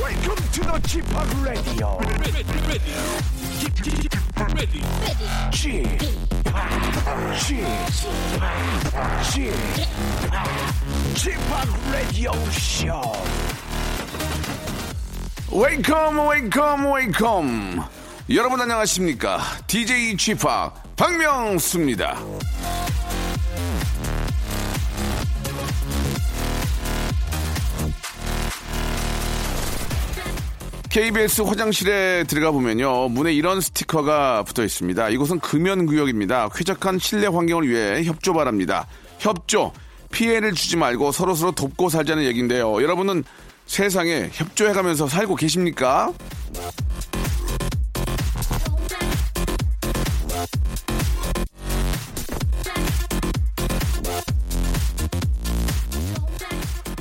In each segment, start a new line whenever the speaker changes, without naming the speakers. Welcome to the g p o p Radio.
ready, ready, ready, ready.
g p o p g p g p o p Radio Show.
웨이컴 웨이컴 웨이컴 여러분 안녕하십니까 DJ g p o p 박명수입니다 KBS 화장실에 들어가 보면요 문에 이런 스티커가 붙어 있습니다 이곳은 금연구역입니다 쾌적한 실내 환경을 위해 협조 바랍니다 협조 피해를 주지 말고 서로서로 돕고 살자는 얘기인데요 여러분은 세상에 협조해가면서 살고 계십니까?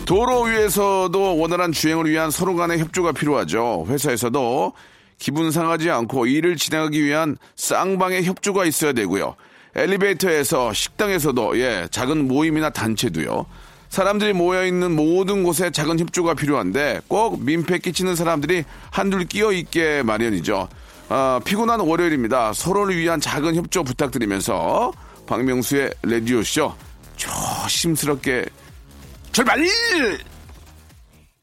도로 위에서도 원활한 주행을 위한 서로 간의 협조가 필요하죠. 회사에서도 기분 상하지 않고 일을 진행하기 위한 쌍방의 협조가 있어야 되고요. 엘리베이터에서 식당에서도 예 작은 모임이나 단체도요. 사람들이 모여 있는 모든 곳에 작은 협조가 필요한데 꼭 민폐 끼치는 사람들이 한둘 끼어 있게 마련이죠. 아, 피곤한 월요일입니다. 서로를 위한 작은 협조 부탁드리면서 박명수의 라디오 쇼 조심스럽게 출발!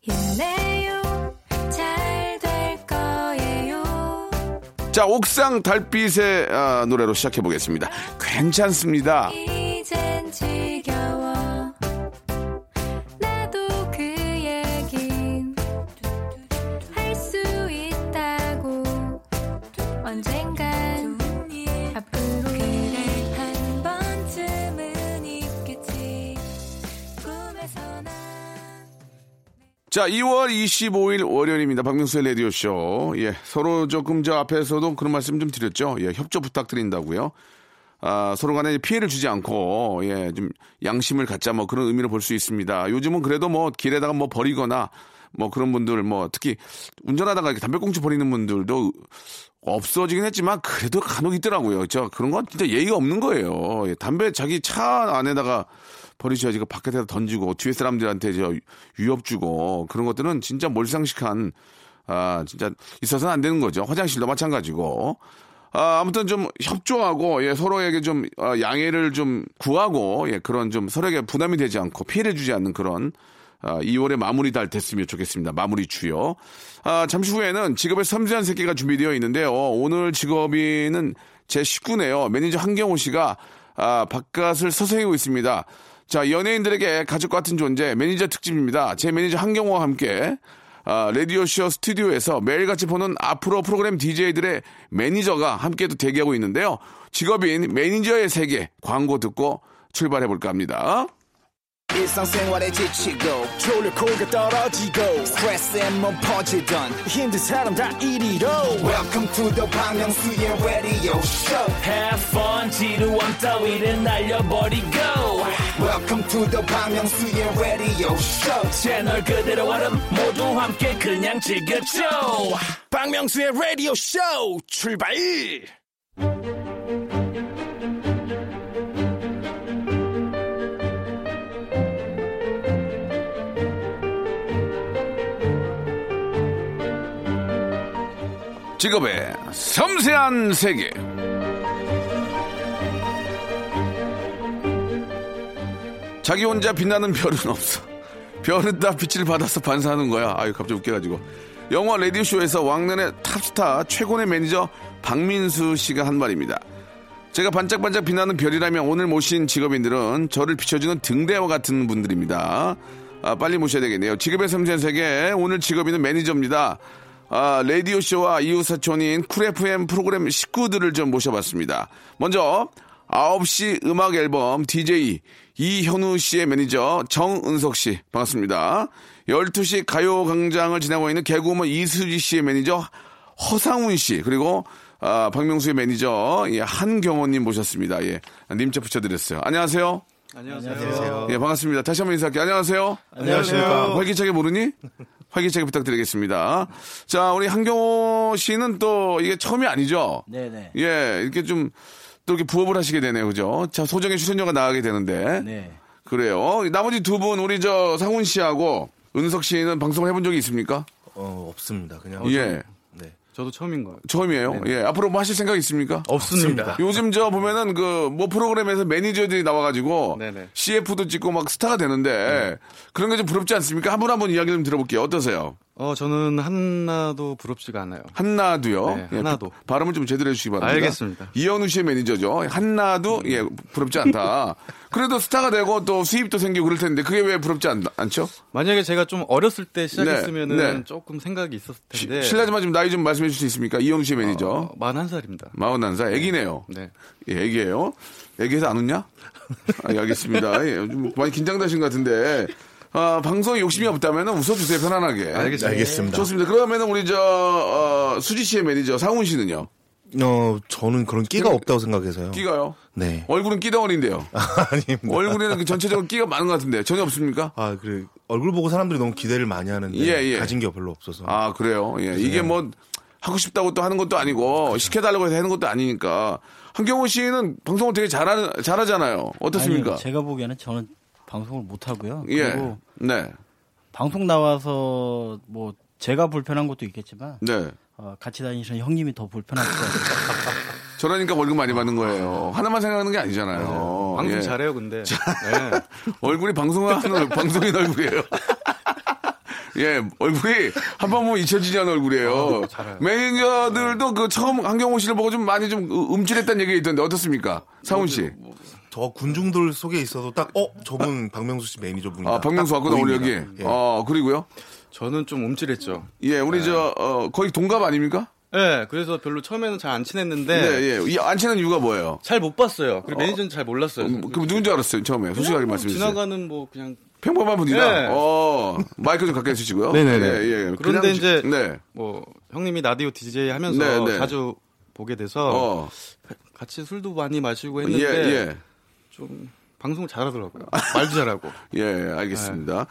힘내요 잘 될 거예요
자, 옥상 달빛의 아, 노래로 시작해 보겠습니다. 괜찮습니다.
이젠 지겨워 나도 그 얘긴 할 수 있다고 언젠간 앞으로 그래 한 번쯤은 있겠지 꿈에서 나
자, 2월 25일 월요일입니다. 박명수의 라디오쇼. 예, 서로 조금 저 앞에서도 그런 말씀 좀 드렸죠. 예, 협조 부탁드린다고요. 아, 서로 간에 피해를 주지 않고, 예, 좀 양심을 갖자 뭐 그런 의미로 볼 수 있습니다. 요즘은 그래도 뭐 길에다가 뭐 버리거나 뭐 그런 분들 뭐 특히 운전하다가 이렇게 담배꽁초 버리는 분들도 없어지긴 했지만 그래도 간혹 있더라고요. 저 그런 건 진짜 예의가 없는 거예요. 예, 담배 자기 차 안에다가 버리셔야지 그 바깥에다 던지고 뒤에 사람들한테 저 위협 주고 그런 것들은 진짜 몰상식한 아 진짜 있어서는 안 되는 거죠. 화장실도 마찬가지고. 아, 아무튼 좀 협조하고 예, 서로에게 좀 아, 양해를 좀 구하고 예, 그런 좀 서로에게 부담이 되지 않고 피해를 주지 않는 그런 아, 2월의 마무리 달 됐으면 좋겠습니다. 마무리 주요. 아, 잠시 후에는 직업의 섬세한 세계가 준비되어 있는데요. 오늘 직업인은 제 19네요. 매니저 한경호 씨가 아, 바깥을 서성이고 있습니다. 자, 연예인들에게 가족 같은 존재 매니저 특집입니다. 제 매니저 한경호와 함께 아, 라디오쇼 스튜디오에서 매일같이 보는 앞으로 프로그램 DJ들의 매니저가 함께 또 대기하고 있는데요. 직업인 매니저의 세계 광고 듣고 출발해볼까 합니다.
일상생활에 지치고, 졸려 코가 떨어지고, 스트레스에 몸 퍼지던, 힘든 사람 다 이리로. welcome to the Bang Myung-soo's radio show
Have fun 지루함 따위를 날려버리고
welcome to the Bang Myung-soo's radio show
채널 그대로 와름 모두 함께 그냥 즐겨줘
박명수의 라디오 쇼 출발!
직업의 섬세한 세계. 자기 혼자 빛나는 별은 없어. 별은 다 빛을 받아서 반사하는 거야. 아유, 갑자기 웃겨가지고. 영화 레디오쇼에서 왕년의 탑스타 최고의 매니저 박민수 씨가 한 말입니다. 제가 반짝반짝 빛나는 별이라면 오늘 모신 직업인들은 저를 비춰주는 등대와 같은 분들입니다. 아, 빨리 모셔야 되겠네요. 직업의 섬세한 세계 오늘 직업인은 매니저입니다. 아, 라디오 쇼와 이웃사촌인 쿨 FM 프로그램 식구들을 좀 모셔봤습니다. 먼저 9시 음악 앨범 DJ 이현우 씨의 매니저 정은석 씨 반갑습니다. 12시 가요 강장을 지나고 있는 개그우먼 이수지 씨의 매니저 허상훈 씨 그리고 아, 박명수의 매니저 예, 한경호님 모셨습니다. 예, 님자 붙여드렸어요. 안녕하세요. 안녕하세요. 예, 반갑습니다. 다시 한번 인사할게요. 안녕하세요. 안녕하십니까. 활기차게 모르니? 활기차게 부탁드리겠습니다. 자, 우리 한경호 씨는 또 이게 처음이 아니죠?
네네.
예, 이렇게 좀 또 이렇게 부업을 하시게 되네요. 그죠? 자, 소정의 출연료가 나가게 되는데.
네.
그래요. 나머지 두 분, 우리 저 상훈 씨하고 은석 씨는 방송을 해본 적이 있습니까?
어, 없습니다. 그냥
예.
네.
저도 처음인 거예요.
처음이에요. 예. 앞으로 뭐 하실 생각 있습니까?
없습니다.
요즘 저 보면은 그 뭐 프로그램에서 매니저들이 나와가지고
네네. 네.
CF도 찍고 막 스타가 되는데 그런 게 좀 부럽지 않습니까? 한 분 한 분 이야기 좀 들어볼게요. 어떠세요?
어, 저는 하나도 부럽지가 않아요.
한나도요.
네,
예,
한나도.
바- 발음을 좀 제대로 해주시기 바랍니다.
알겠습니다. 음.
이현우 씨의 매니저죠. 한나도 예 부럽지 않다. 그래도 스타가 되고 또 수입도 생기고 그럴 텐데 그게 왜 부럽지 않, 않죠?
만약에 제가 좀 어렸을 때 시작했으면은
네, 네.
조금 생각이 있었을
시-
텐데.
실례지만 좀 나이 좀 말씀해 주실 수 있습니까? 이현우 씨의
네. 어,
매니저.
41살입니다.
마흔한 살 애기네요.
네.
예, 애기예요. 애기해서 안 웃냐? 아, 예, 알겠습니다. 예, 좀 많이 긴장되신 것 같은데. 아, 방송에 욕심이 없다면 웃어주세요, 편안하게.
알겠습니다.
알겠습니다.
좋습니다. 그러면은 우리 저, 어, 수지 씨의 매니저, 상훈 씨는요?
어, 저는 그런 끼가 없다고 생각해서요.
그러니까 끼가요?
네.
얼굴은 끼덩어리인데요.
아닙니다. 네. 뭐.
얼굴에는 그 전체적으로 끼가 많은 것 같은데 전혀 없습니까?
아, 그래. 얼굴 보고 사람들이 너무 기대를 많이 하는데
예, 예.
가진 게 별로 없어서.
아, 그래요? 예. 이게 뭐 하고 싶다고 또 하는 것도 아니고 시켜달라고 해서 하는 것도 아니니까. 한경호 씨는 방송을 되게 잘하, 잘하잖아요. 어떻습니까?
아니요, 제가 보기에는 저는 방송을 못 하고요.
예.
그리고
네.
방송 나와서 뭐 제가 불편한 것도 있겠지만
네.
어, 같이 다니시는 형님이 더 불편할 것 같아요.
저러니까 월급 많이 받는 거예요. 하나만 생각하는 게 아니잖아요.
방송
예.
잘해요, 근데. 네.
얼굴이 방송하는 얼- 방송인 얼굴이에요. 예, 얼굴이 한 번 보면 잊혀지지 않은 얼굴이에요. 매니저들도 그 처음 한경호 씨를 보고 좀 많이 좀 음- 움찔했다는 얘기가 있던데 어떻습니까? 사훈 씨.
저 군중들 속에 있어도 딱, 어, 저분 박명수 씨 매니저분이다.
아, 박명수
뭐, 딱
왔구나, 오늘 여기.
보입니다. 예.
어, 그리고요.
저는 좀 움찔했죠.
예, 우리 저, 어, 거의 동갑 아닙니까?
네, 그래서 별로 처음에는 잘 안 친했는데.
네, 예. 이- 안 친한 이유가 뭐예요?
잘 못 봤어요. 그리고 매니저는 잘 몰랐어요.
음, 그럼 누군지 알았어요, 처음에. 솔직하게
그냥 뭐
말씀해주세요.
지나가는 뭐 그냥
평범한 분이라,
네.
어, 마이크 좀 가까이 주시고요.
네네네.
예, 예.
그런데
그냥-
이제-
네.
뭐 형님이 라디오 DJ 하면서
네, 네.
자주 보게 돼서
어.
같이 술도 많이 마시고
예,
했는데
예.
좀 방송을 잘하더라고요. 말도 잘하고.
예, 알겠습니다.
네.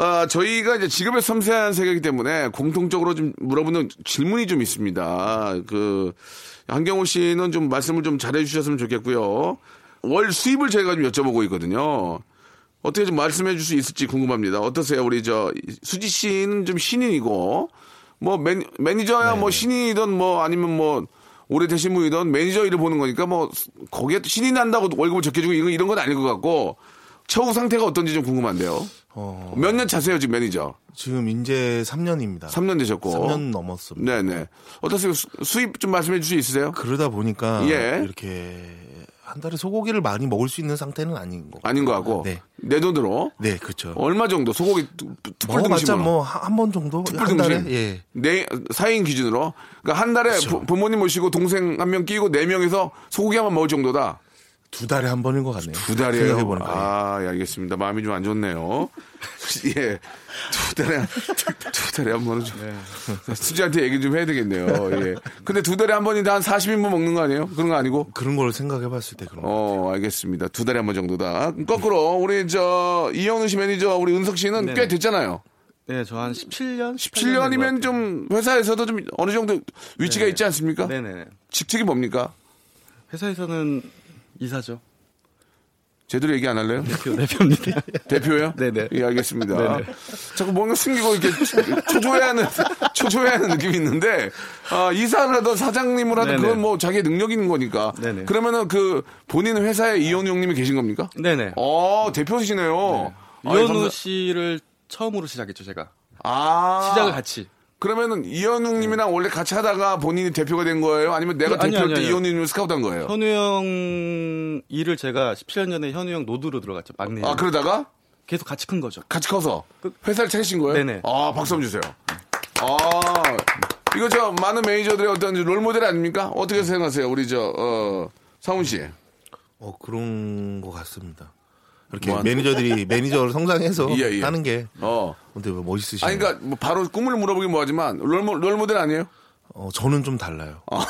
아, 저희가 이제 직업의 섬세한 세계이기 때문에 공통적으로 좀 물어보는 질문이 좀 있습니다. 그, 한경호 씨는 좀 말씀을 좀 잘해주셨으면 좋겠고요. 월 수입을 저희가 좀 여쭤보고 있거든요. 어떻게 좀 말씀해 줄 수 있을지 궁금합니다. 어떠세요? 우리 저, 수지 씨는 좀 신인이고, 뭐 매니, 매니저야 뭐
네.
신인이든 뭐 아니면 뭐 오래되신 분이든 매니저 일을 보는 거니까 뭐 거기에 또 신인 한다고 월급을 적혀주고 이런, 이런 건 아닐 것 같고, 처우 상태가 어떤지 좀 궁금한데요.
어,
몇 년 차세요, 지금 매니저?
지금 이제 3년입니다.
3년 되셨고.
3년 넘었습니다.
네네. 어떠세요? 수, 수입 좀 말씀해 줄 수 있으세요?
그러다 보니까
예.
이렇게 한 달에 소고기를 많이 먹을 수 있는 상태는 아닌 거.
아닌 것 같고.
네.
내 돈으로.
네, 그렇죠.
얼마 정도? 소고기 특불
먹어봤자
등심으로.
뭐 한 번 정도 한 달에
특불등심.
예.
네, 사인 기준으로. 그러니까 한 달에
그렇죠.
부- 부모님 모시고 동생 한 명 끼고 네 명에서 소고기 한 번 먹을 정도다.
두 달에 한 번인 것 같네요.
두 달이에요.
생각해보니까.
아, 예, 알겠습니다. 마음이 좀 안 좋네요. 예. 두 달에, 한- 두 달에 한 번은 좀.
네.
수지한테 얘기 좀 해야 되겠네요. 예. 근데 두 달에 한 번인데 한 40인분 먹는 거 아니에요? 그런 거 아니고?
그런 걸 생각해봤을 때 그런. 거.
어, 알겠습니다. 두 달에 한 번 정도다. 거꾸로, 우리 저, 이영우 씨 매니저, 우리 은석 씨는
네네.
꽤 됐잖아요.
네, 저 한 17년?
7년이면 좀 회사에서도 좀 어느 정도 위치가 있지 않습니까?
네네.
직책이 뭡니까?
회사에서는 이사죠.
제대로 얘기 안 할래요?
대표, 대표입니다.
대표요?
네. 네네.
예, 알겠습니다. 자꾸 뭔가 숨기고 이렇게 초조해하는, 초조해하는 느낌이 있는데, 아, 이사를 하든 사장님을 하든
네네.
그건 뭐 자기 의 능력이 있는 거니까.
네네.
그러면은 그 본인 회사에 이현우 형님이 계신 겁니까?
네네.
어, 대표시네요. 아이,
이현우
감사-
씨를 처음으로 시작했죠, 제가.
아.
시작을 같이. 네.
그러면은 이현웅님이랑 원래 같이 하다가 본인이 대표가 된 거예요? 아니면 내가
아니,
대표할
아니,
때
아니요.
이현웅님을 스카우트한 거예요?
현우 형 일을 제가 17년 전에 현우 형 노드로 들어갔죠, 막내.
아 그러다가
계속 같이 큰 거죠.
같이 커서 회사를 차리신 거예요?
그 네네.
아 박수 한번 주세요. 아 이거 저 많은 매니저들의 어떤 롤 모델 아닙니까? 어떻게 생각하세요, 우리 저 어, 상훈 씨?
어, 그런 것 같습니다. 이렇게
뭐 한-
매니저들이 매니저로 성장해서
예, 예.
하는 게
어.
근데 뭐 멋있으시네요.
아니 그러니까 뭐 바로 꿈을 물어보긴 뭐하지만 롤, 모- 롤 모델 아니에요?
어, 저는 좀 달라요.
아,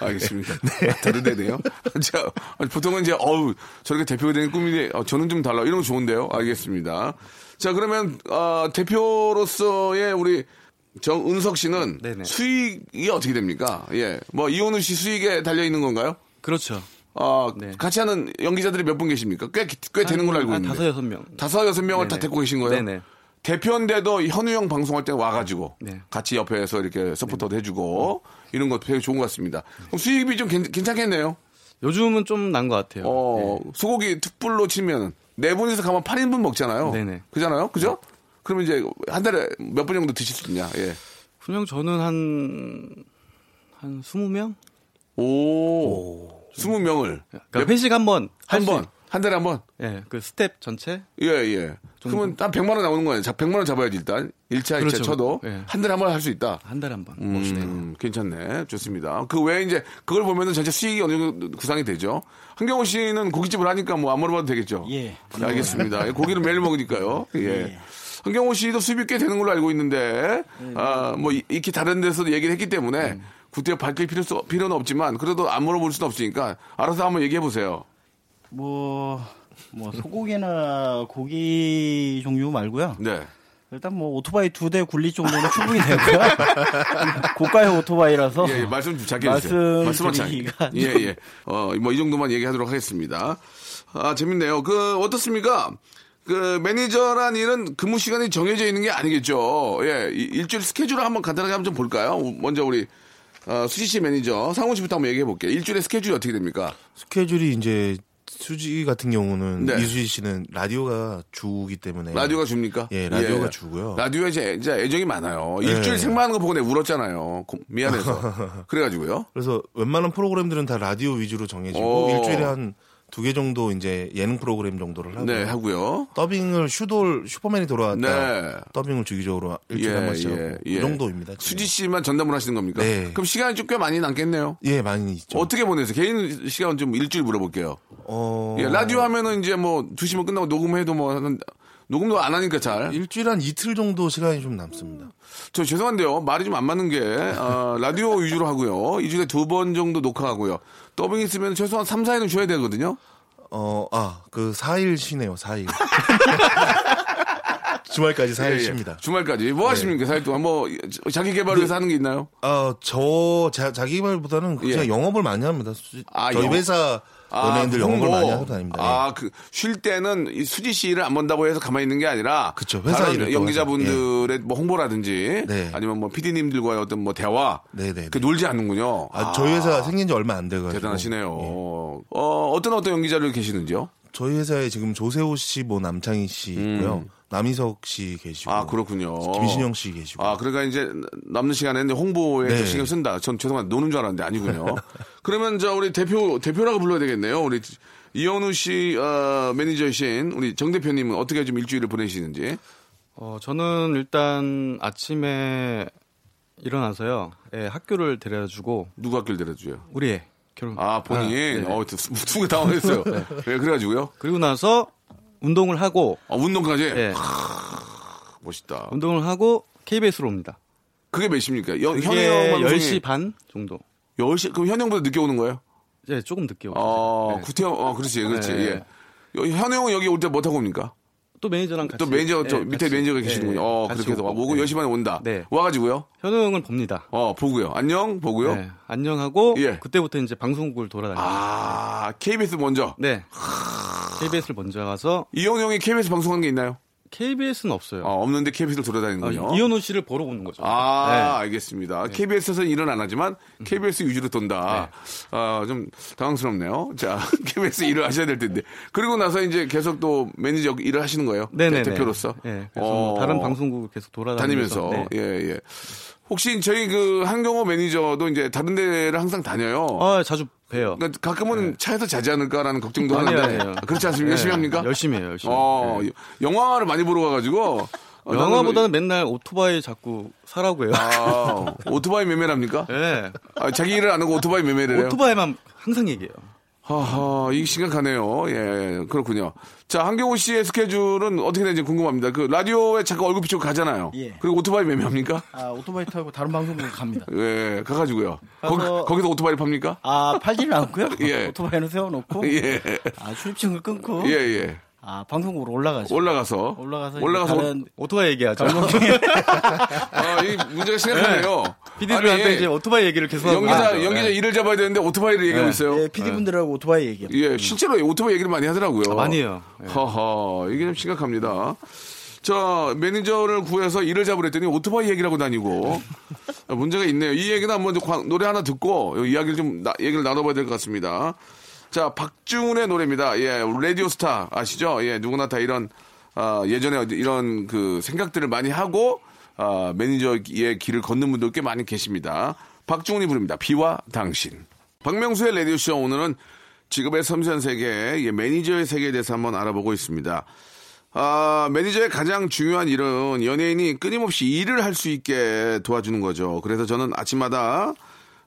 알겠습니다. 다른데네요. 자, 보통은 이제 어우 저렇게 대표가 되는 꿈이 어, 저는 좀 달라 이런 거 좋은데요. 알겠습니다. 자 그러면 어, 대표로서의 우리 정은석 씨는
네네.
수익이 어떻게 됩니까? 예, 뭐 이혼우 씨 수익에 달려 있는 건가요?
그렇죠.
아
네.
같이 하는 연기자들이 몇 분 계십니까? 꽤 꽤 되는 걸로 알고
한
있는데
다섯, 여섯 명.
다섯 여섯 명을 다
네네.
데리고 계신 거예요?
네네.
대표인데도 현우 형 방송할 때 와가지고
네.
같이 옆에서 이렇게 서포터도 해주고 이런 거 되게 좋은 것 같습니다. 그럼 수입이 좀 괜- 괜찮겠네요.
요즘은 좀 난 것 같아요.
어,
네.
소고기 툭불로 치면 네 분이서 가면 8인분 먹잖아요.
네네.
그잖아요. 그죠? 그러면 이제 한 달에 몇 분 정도 드실 수 있냐? 예.
그냥 저는 한, 한 20명?
오. 20명을
그러니까 회식 한 번.
한
할 수-
번, 한 달에 한 번.
예, 그 스텝 전체?
예, 예. 그러면 한 100만 원 나오는 거예요. 자, 100만 원 잡아야지 일단. 1차, 2차
그렇죠.
쳐도
예.
한 달에 한 번 할 수 있다.
한 달에 한 번.
음, 괜찮네. 좋습니다. 그 외에 이제 그걸 보면은 전체 수익이 어느 정도 구상이 되죠. 한경호 씨는 고깃집을 하니까 뭐 안 물어봐도 되겠죠.
예.
네, 알겠습니다. 예, 고기를 매일 먹으니까요. 예. 한경호 씨도 수입이 꽤 되는 걸로 알고 있는데, 아, 뭐, 이- 이렇게 다른 데서도 얘기를 했기 때문에, 구태 밝힐 필요, 필요는 없지만, 그래도 안 물어볼 수는 없으니까, 알아서 한번 얘기해 보세요.
뭐, 뭐 소고기나 고기 종류 말고요.
네.
일단 뭐 오토바이 두 대 굴릴 정도는 충분히 되고요. 고가의
어,
오토바이라서.
예, 예, 말씀 좀 작게 해주세요.
말씀
말씀만 작게.
드리기가
예, 예. 어, 뭐, 이 정도만 얘기하도록 하겠습니다. 아, 재밌네요. 그, 어떻습니까? 그, 매니저란 일은 근무 시간이 정해져 있는 게 아니겠죠. 예, 이- 일주일 스케줄을 한번 간단하게 한번 좀 볼까요? 먼저 우리, 어, 수지 씨 매니저, 상훈 씨부터 한번 얘기해 볼게요. 일주일의 스케줄이 어떻게 됩니까?
스케줄이 이제 수지 같은 경우는
네.
이수지 씨는 라디오가 주기 때문에
라디오가 줍니까?
예, 라디오가 주고요.
라디오에 이제, 이제 애정이 많아요. 일주일
예.
생방하는 거 보고 내가 울었잖아요. 고- 미안해서. 그래가지고요.
그래서 웬만한 프로그램들은 다 라디오 위주로 정해지고
오.
일주일에 한 두 개 정도 이제 예능 프로그램 정도를 하고
네, 하고요.
더빙을 슈돌 슈퍼맨이 돌아왔다.
네.
더빙을 주기적으로 일주일에 한 번씩 하고 이 정도입니다. 지금.
예, 수지 씨만 전담을 하시는 겁니까?
네.
그럼 시간이 좀 꽤 많이 남겠네요.
예 많이 있죠.
어떻게 보내세요? 개인 시간 좀 일주일 물어볼게요.
어,
예, 라디오 하면은 이제 뭐 2시면 끝나고 녹음해도 뭐 하는- 녹음도 안 하니까 잘.
일주일 한 이틀 정도 시간이 좀 남습니다.
저 죄송한데요. 말이 좀 안 맞는 게 아, 라디오 위주로 하고요. 이주에 두 번 정도 녹화하고요. 더빙 있으면 최소한 3, 4일은 쉬어야 되거든요.
어아그 4일 쉬네요. 4일. 주말까지 4일
예, 예.
쉽니다. 네.
주말까지. 뭐 하십니까? 사일 동안 뭐 자기 개발을 위해서 하는 게 있나요?
아, 아저 자기 말보다는 그냥
예.
영업을 많이 합니다. 수-
아,
저희
영업.
회사 연예인들 영업을 많이 하고 다닙니다. 예.
아, 그, 쉴 때는 이 수지 씨 일을 안 본다고 해서 가만히 있는 게 아니라.
그쵸, 회사
다른
일을 또
연기자분들의 뭐 홍보라든지.
네.
아니면 뭐 피디님들과의 어떤 뭐 대화.
네, 네,
그
네.
놀지 않는군요. 아,
아, 저희 회사 생긴 지 얼마 안 돼가지고
대단하시네요.
예.
어, 어떤 어떤 연기자들 계시는지요?
저희 회사에 지금 조세호 씨, 뭐 남창희 씨 있고요, 남희석 씨
음.
계시고,
아, 그렇군요.
김신영 씨 계시고.
아, 그러니까 이제 남는 시간에 이제 홍보에
네.
좀 신경 쓴다. 전 죄송한 데 노는 줄 알았는데 아니군요. 그러면 저 우리 대표 대표라고 불러야 되겠네요. 우리 이현우 씨 어, 매니저이신 우리 정 대표님은 어떻게 좀 일주일을 보내시는지.
어, 저는 일단 아침에 일어나서요. 예, 학교를 데려주고
누구 학교를 데려줘요?
우리 애 결혼.
아, 본인.
네.
어, 무슨 당황했어요. 예, 그래가지고요.
그리고 나서 운동을 하고
아, 운동까지.
예,
멋있다.
운동을 하고 KBS로 옵니다.
그게 몇 시입니까? 현, 현우
이게
어, 형 방송이
10시 반 정도.
10시? 그럼 현우 형보다 늦게 오는 거예요?
예, 조금 늦게 오죠.
어, 구태형, 어, 그렇지, 그렇지.
네.
예. 여- 현우 형은 여기 올 때 뭐 타고 옵니까?
또 매니저랑 같이
또 매니저, 저
예,
밑에
같이.
매니저가
예,
계시는군요.
예,
어,
같이
그렇게 해서
오고.
오고
예.
10시 반에 온다.
네.
와가지고요.
현우 형을 봅니다.
어, 보고요. 안녕, 보고요.
네, 안녕하고
예.
그때부터 이제 방송국을 돌아다니고
아, KBS 먼저.
네. KBS를 먼저 가서
이현우 형이 KBS 방송하는 게 있나요?
KBS는 없어요.
어, 없는데 KBS를
아,
돌아다니는군요.
이현우 씨를 보러 오는 거죠. 네.
아, 알겠습니다. KBS에서는 일은 안 하지만
음.
KBS 위주로 돈다.
네.
아, 좀 당황스럽네요. 자, KBS 일을 하셔야 될 텐데. 그리고 나서 이제 계속 또 매니저 일을 하시는 거예요?
네. 네네.
대- 대표로서?
네. 그래서 뭐
어,
다른 방송국을 계속 돌아다니면서.
다니면서.
네.
예, 예. 혹시 저희 그 한경호 매니저도 이제 다른 데를 항상 다녀요.
아, 자주 봬요.
그러니까 가끔은 차에서 자지 않을까라는 걱정도
아니에요,
하는데.
아니에요.
아, 그렇지 않습니까?
네.
열심히 합니까?
열심히 해요, 열심히.
어,
네.
영화를 많이 보러 가가지고. 어, 나는
영화보다는 맨날 오토바이 자꾸 사라고 해요.
아, 오토바이 매매를 합니까?
예.
아, 자기 일을 안 하고 오토바이 매매를 해요?
오토바이만 항상 얘기해요.
하하, 이게 심각하네요. 예, 그렇군요. 자, 한경호 씨의 스케줄은 어떻게 되는지 궁금합니다. 그 라디오에 자꾸 얼굴 비추고 가잖아요.
예.
그리고 오토바이 매매합니까?
아, 오토바이 타고 다른 방송국 갑니다.
예, 가가지고요.
가서-
거기, 서 오토바이 팝니까?
아, 팔지는 않고요.
예.
오토바이는 세워놓고
예,
아, 출입증을 끊고
예, 예.
아, 방송국으로 올라가죠.
올라가서.
올라가서 이제
올라가서.
다른
오토바이 얘기하죠.
아, 이 문제가 심각하네요.
피디들한테
아니,
이제 오토바이 얘기를 계속 하고
연기자,
있어요.
연기자
네.
일을 잡아야 되는데 오토바이를 얘기하고 있어요.
예, PD분들하고 오토바이 얘기해요.
예, 실제로 오토바이 얘기를 많이 하더라고요.
많이 해요. 예.
허허, 이게 좀 심각합니다. 저 매니저를 구해서 일을 잡으랬더니 오토바이 얘기라고 다니고 아, 문제가 있네요. 이 얘기는 한번 이제 광- 노래 하나 듣고 요 이야기를 좀 나- 얘기를 나눠봐야 될 것 같습니다. 자, 박중훈의 노래입니다. 예, 라디오스타 아시죠? 예, 누구나 다 이런 아, 예전에 이런 그 생각들을 많이 하고 아, 매니저의 길을 걷는 분들 꽤 많이 계십니다. 박중훈이 부릅니다. 비와 당신. 박명수의 라디오쇼 오늘은 직업의 섬세한 세계, 예, 매니저의 세계에 대해서 한번 알아보고 있습니다. 아, 매니저의 가장 중요한 일은 연예인이 끊임없이 일을 할 수 있게 도와주는 거죠. 그래서 저는 아침마다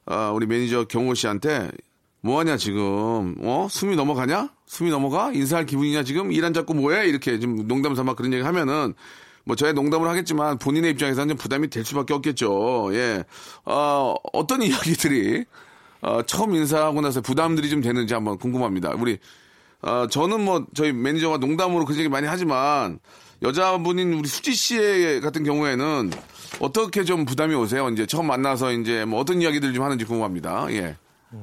아, 우리 매니저 경호 씨한테 뭐 하냐 지금? 어? 숨이 넘어가냐? 숨이 넘어가? 인사할 기분이냐 지금? 일 안 잡고 뭐해? 이렇게 좀 농담 삼아 그런 얘기 하면은 뭐 저의 농담을 하겠지만 본인의 입장에서는 좀 부담이 될 수밖에 없겠죠. 예. 어, 어떤 이야기들이 어, 처음 인사하고 나서 부담들이 좀 되는지 한번 궁금합니다. 우리 어, 저는 뭐 저희 매니저가 농담으로 그 얘기 많이 하지만 여자분인 우리 수지 씨 같은 경우에는 어떻게 좀 부담이 오세요? 이제 처음 만나서 이제 뭐 어떤 이야기들 좀 하는지 궁금합니다. 예.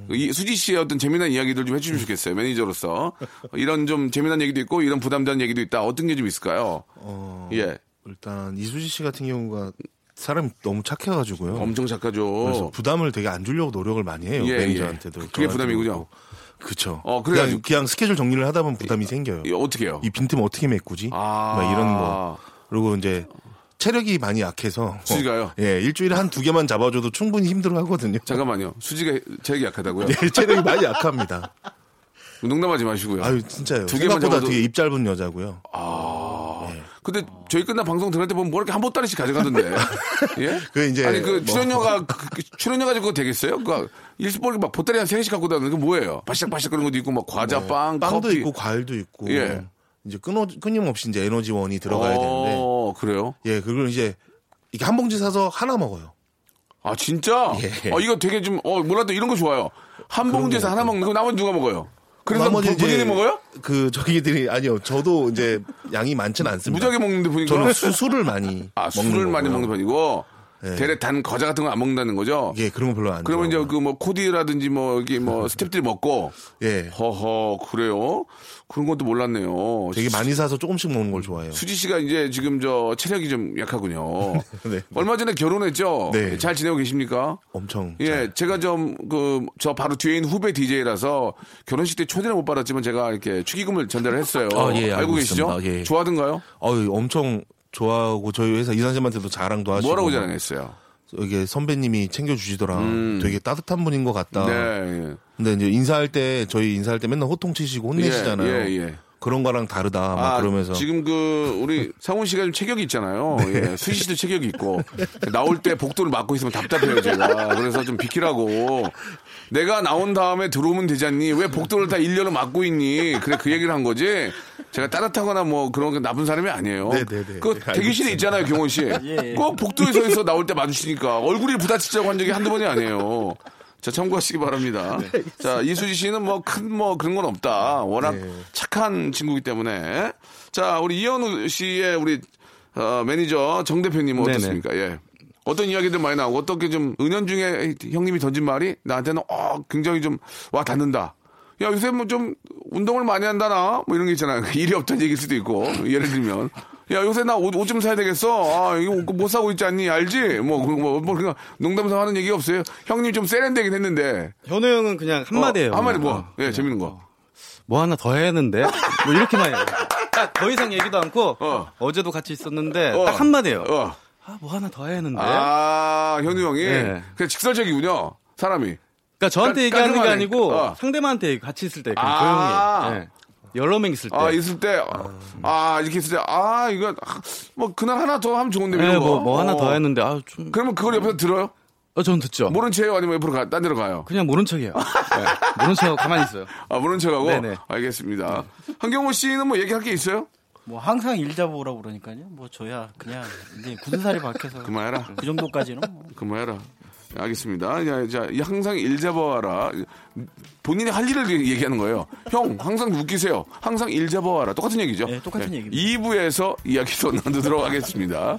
이 수지 씨의 어떤 재미난 이야기들 좀 해주시면 좋겠어요. 매니저로서 이런 좀 재미난 얘기도 있고 이런 부담되는 얘기도 있다. 어떤 게 좀 있을까요? 예,
어, 일단 이수지 씨 같은 경우가 사람이 너무 착해가지고요.
엄청
그래서
작가죠.
부담을 되게 안 주려고 노력을 많이 해요.
예,
매니저한테도.
예. 그게 부담이군요.
그렇죠.
어,
그냥,
그래가지고-
그냥 스케줄 정리를 하다 보면 부담이 생겨요.
예, 어떻게요?
이 빈틈 어떻게 메꾸지?
아.
막 이런 거. 그리고 이제 체력이 많이 약해서
수지가요?
예, 일주일에 한 두 개만 잡아줘도 충분히 힘들어 하거든요.
잠깐만요. 수지가 제게 약하다고요?
예, 체력이 많이 약합니다.
농담하지 마시고요.
아유 진짜요.
두 개만
생각보다
잡아도-
되게 입 짧은 여자고요.
아.
네.
근데 저희 끝나 방송 들을 때 보면 뭐 이렇게 한 보따리씩 가져가던데. 예?
그 이제
아니 그
뭐-
출연료가 그- 그 출연료가 그거 되겠어요? 그 일스볼 막 보따리 한 세 개씩 갖고 다니는 게 뭐예요? 바삭바삭 그런 것도 있고 막 과자, 아, 빵,
예. 네. 빵도
커피.
있고 과일도 있고
예.
이제 끊어 끊임없이 이제 에너지원이 들어가야 되는데
어, 그래요?
예 그걸 이제 이게 한 봉지 사서 하나 먹어요.
아 진짜?
예.
아 이거 되게 좀 어 몰라도 이런 거 좋아요. 한 봉지에서 하나 먹는 거 나머지 누가 먹어요? 그래서
나머지
부-
이제
본인이 먹어요?
그 저기들이 아니요 저도 이제 양이 많지는 않습니다.
무지하게 먹는데 보니까
저는 수, 술을 많이
아
먹는
술을 많이
거고요.
먹는 편이고
예.
대략 단 과자 같은 거 안 먹는다는 거죠?
예 그런 거 별로 안
그러면 이제
좋아해요.
그 뭐 코디라든지 뭐 여기 뭐 스탭들이 먹고
네. 예
허허 그래요? 그런 것도 몰랐네요.
되게 많이 사서 조금씩 먹는 걸 좋아해요.
수지 씨가 이제 지금 저 체력이 좀 약하군요.
네.
얼마 전에 결혼했죠?
네.
잘 지내고 계십니까?
엄청 잘-
예, 제가 좀, 그, 저 바로 뒤에 있는 후배 DJ라서 결혼식 때 초대를 못 받았지만 제가 이렇게 축의금을 전달을 했어요.
아, 예, 알고
계시죠?
있습니다. 예.
좋아하던가요?
어유 엄청 좋아하고 저희 회사 이사님한테도 자랑도 하시고
뭐라고 자랑했어요? 음.
이게 선배님이 챙겨주시더라. 되게 따뜻한 분인 것 같다.
네.
근데 이제 인사할 때 저희 인사할 때 맨날 호통 치시고
예.
혼내시잖아요.
예, 예.
그런 거랑 다르다. 막 그러면서
아, 지금 그 우리 상훈 씨가 좀 체격이 있잖아요.
네.
예, 수지 씨도 체격이 있고 나올 때 복도를 막고 있으면 답답해요 제가. 그래서 좀 비키라고. 내가 나온 다음에 들어오면 되지 않니? 왜 복도를 다 일렬로 막고 있니? 그래 그 얘기를 한 거지. 제가 따뜻하거나 뭐 그런 게 나쁜 사람이 아니에요.
네, 네, 네.
그
예,
네,
대기실에 있잖아요, 경원 씨. 꼭 복도에서 해서 나올 때 마주치니까 얼굴이 부딪히자고 한 적이 한두 번이 아니에요. 자, 참고하시기 바랍니다.
네.
자, 이수지 씨는 뭐 큰 뭐 그런 건 없다. 워낙
네.
착한 친구이기 때문에. 자, 우리 이현우 씨의 우리 어, 매니저 정 대표님 은
네네.
어떻습니까? 예. 어떤 이야기들 많이 나오고 어떻게 좀 은연 중에 형님이 던진 말이 나한테는 어, 굉장히 좀 와 닿는다. 야, 요새 뭐 좀 운동을 많이 한다나? 뭐 이런 게 있잖아요. 일이 없다는 얘기일 수도 있고. 예를 들면. 야, 요새 나 옷 좀 사야 되겠어. 아, 이거 옷못 사고 있지 않니? 알지? 뭐, 그런 거, 뭐, 뭐, 그냥 농담삼아 하는 얘기 없어요. 형님 좀 세련되긴 했는데.
현우 형은 그냥 한마디예요.
어, 한마디
그냥.
뭐. 예, 재밌는 거.
뭐 하나 더 해야 하는데 뭐 이렇게만 해요. 딱 더 이상 얘기도 않고
어.
어. 제도 같이 있었는데
어.
딱 한마디예요.
어.
아, 뭐 하나 더 해야 하는데.
아, 현우 형이.
네.
그냥 직설적이군요. 사람이.
그러니까 저한테
깔-
얘기하는 게
깔끔하네.
아니고
어.
상대방한테 같이 있을 때 그냥
아.
조용히. 예. 여러 명 있을 때.
아, 있을 때. 아, 이렇게 있을 때. 아, 이거. 아, 뭐, 그날 하나 더 하면 좋은데.
예,
이런 거.
뭐, 뭐 하나
어.
더 했는데, 아, 좀.
그러면 그걸 옆에서 들어요?
어, 저는 듣죠.
모른 채요? 아니면 옆으로 가, 딴 데로 가요?
그냥 모른 척이에요. 예. 모른 척하고 가만히 있어요.
아, 모른 척하고?
네네. 네.
알겠습니다. 한경호 씨는 뭐 얘기할 게 있어요?
뭐 항상 일 잡으라고 그러니까요. 뭐 저야 그냥 이제 굳은 살이 박혀서
그만해라.
그 정도까지는 뭐.
그만해라. 네, 알겠습니다. 자, 자, 항상 일 잡아와라. 본인이 할 일을 얘기하는 거예요. 형, 항상 웃기세요. 항상 일 잡아와라. 똑같은 얘기죠?
네, 똑같은 얘기입니다.
2부에서 이야기 더 나누도록 하겠습니다.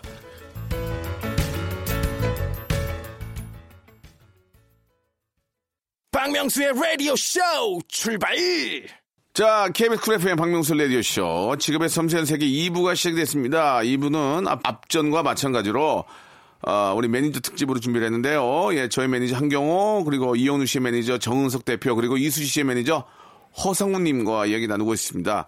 박명수의 라디오 쇼 출발!
자, KBS 쿨 FM 박명수 라디오쇼. 지금의 섬세한 세계 2부가 시작됐습니다. 2부는 앞, 전과 마찬가지로, 아, 우리 매니저 특집으로 준비를 했는데요. 예, 저희 매니저 한경호, 그리고 이영우 씨의 매니저 정은석 대표, 그리고 이수지 씨의 매니저 허성우님과 얘기 나누고 있습니다.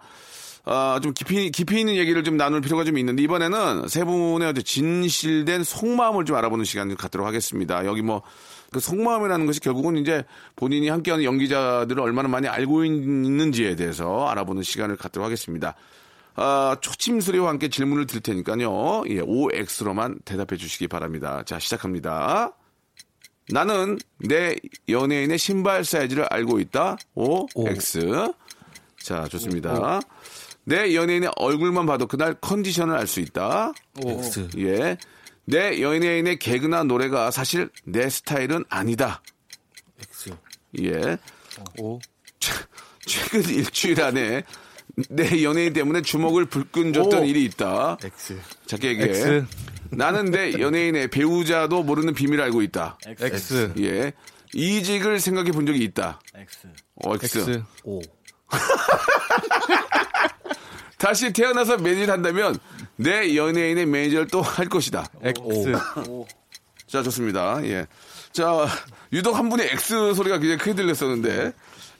아, 좀 깊이, 깊이 있는 얘기를 좀 나눌 필요가 좀 있는데, 이번에는 세 분의 어떤 진실된 속마음을 좀 알아보는 시간을 갖도록 하겠습니다. 여기 뭐, 그 속마음이라는 것이 결국은 이제 본인이 함께하는 연기자들을 얼마나 많이 알고 있는지에 대해서 알아보는 시간을 갖도록 하겠습니다. 아, 초침수리와 함께 질문을 드릴 테니까요. 예, OX로만 대답해 주시기 바랍니다. 자, 시작합니다. 나는 내 연예인의 신발 사이즈를 알고 있다. OX. 자, 좋습니다. 내 연예인의 얼굴만 봐도 그날 컨디션을 알 수 있다.
X.
예. 내 연예인의 개그나 노래가 사실 내 스타일은 아니다. 예.
오.
최- 최근 일주일 안에 내 연예인 때문에 주먹을 불끈 줬던 일이 있다.
X.
작게 얘기해.
X.
나는 내 연예인의 배우자도 모르는 비밀을 알고 있다.
X.
예. 이직을 생각해 본 적이 있다.
X.
어, X.
X.
오.
다시 태어나서 매니를 한다면 내 연예인의 매니저를 또 할 것이다.
X.
자, 좋습니다. 예. 자, 유독 한 분의 X 소리가 굉장히 크게 들렸었는데,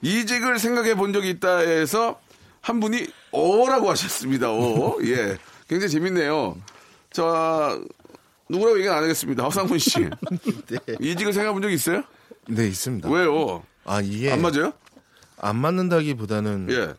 이직을 생각해 본 적이 있다 해서 한 분이 오라고 하셨습니다. 오. 예. 굉장히 재밌네요. 자, 누구라고 얘기 안 하겠습니다. 허상훈 씨. 이직을 생각해 본 적 있어요?
네, 있습니다.
왜요?
아, 이게
안
안,
맞아요?
맞는다기보다는
예.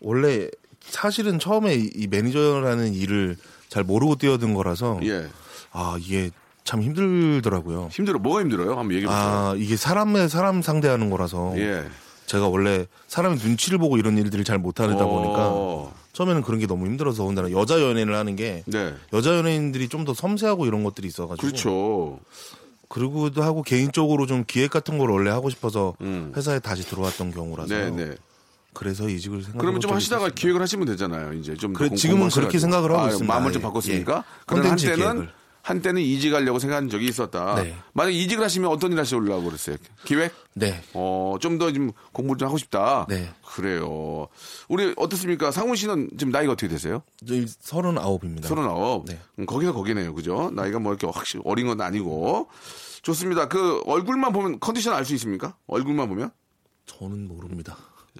원래 사실은 처음에 이, 이 매니저라는 일을 잘 모르고 뛰어든 거라서
예.
아, 이게 참 힘들더라고요.
힘들어. 뭐가 힘들어요? 한번 얘기해 보세요.
아, 이게 사람의 사람 상대하는 거라서
예.
제가 원래 사람의 눈치를 보고 이런 일들을 잘 못하다 보니까
어,
처음에는 그런 게 너무 힘들어서 혼자는 여자 연예인을 하는 게
네.
여자 연예인들이 좀 더 섬세하고 이런 것들이 있어가지고
그렇죠.
그리고도 하고 개인적으로 좀 기획 같은 걸 원래 하고 싶어서
음.
회사에 다시 들어왔던 경우라서
네, 네.
그래서 이직을 생각
그러면 좀 하시다가 기획을 하시면 되잖아요. 이제 좀
그래,
공-
지금은
공부하셔가지고.
그렇게 생각을 하고
아,
있습니다.
마음을 좀
예,
바꿨으니까.
예.
그런
콘텐츠
한때는
기획을.
한때는 이직하려고 생각한 적이 있었다.
네.
만약 이직을 하시면 어떤 일 하시려고 그랬어요? 기획?
네
어, 좀 더 좀 공부를 좀 하고 싶다.
네.
그래요. 우리 어떻습니까? 상훈 씨는 지금 나이가 어떻게 되세요?
저희 서른아홉입니다.
서른아홉.
네.
음, 거기서 거기네요. 그죠? 나이가 뭐 이렇게 확실히 어린 건 아니고. 좋습니다. 그 얼굴만 보면 컨디션 알 수 있습니까? 얼굴만 보면?
저는 모릅니다.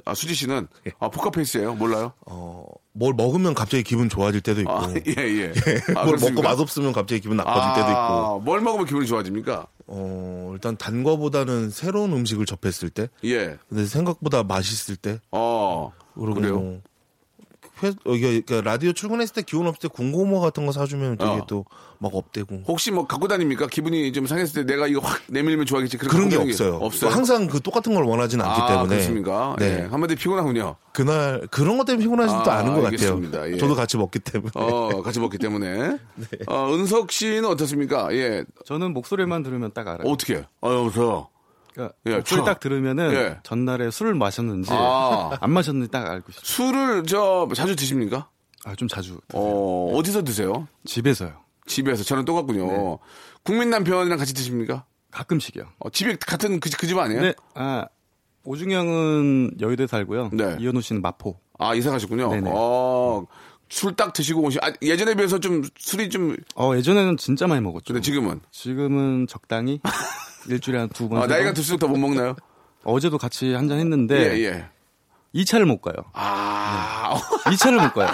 아, 수지 씨는 아, 포카페이스예요. 몰라요?
어, 뭘 먹으면 갑자기 기분 좋아질 때도 있고
아, 예, 예. 아,
뭘
그렇습니까?
먹고 맛없으면 갑자기 기분 나빠질 때도 있고
아, 뭘 먹으면 기분이 좋아집니까?
어, 일단 단 거보다는 새로운 음식을 접했을 때
예.
근데 생각보다 맛있을 때
어.
그리고
그래요?
뭐 회, 어, 이게 그러니까 라디오 출근했을 때 기운 없을 때 군고모 같은 거 사주면 되게
어.
또 막 업되고
혹시 뭐 갖고 다닙니까? 기분이 좀 상했을 때 내가 이거 확 내밀면 좋아하겠지. 그렇게
그런 게
갖고 다니는
없어요.
없어요.
항상 그 똑같은 걸 원하진 않기
아,
때문에.
그렇습니까?
네.
예. 한마디 피곤하군요.
그날 그런 것 때문에 피곤하지도
아,
않은 것
알겠습니다.
같아요.
예.
저도 같이 먹기 때문에.
어, 같이 먹기 때문에.
네.
어, 은석 씨는 어떻습니까? 예.
저는 목소리만 들으면 딱 알아요.
어떻게? 해요? 아, 여보세요.
그러니까
예,
목소리
차.
딱 들으면은
예.
전날에 술을 마셨는지
아.
안 마셨는지 딱 알고 있어요.
술을 저 자주 드십니까?
아, 좀 자주
어, 어디서 드세요?
집에서요.
집에서 저랑 똑같군요.
네.
국민 남편이랑 같이 드십니까?
가끔씩이요.
어, 집에 같은 그, 그 집 아니에요?
네. 아, 오중영은 여의도에 살고요.
네.
이현우 씨는 마포.
아 이사 가셨군요.
네네.
어, 술 딱 드시고 오시. 아, 예전에 비해서 좀 술이 좀.
어, 예전에는 진짜 많이 먹었죠.
근데 지금은
지금은 적당히 일주일에 한 두 번.
아,
세 번.
나이가 들수록 더 못 먹나요?
어제도 같이 한 잔 했는데
예 예.
이 2차를 못 가요.
아
이 2차를 못 가요.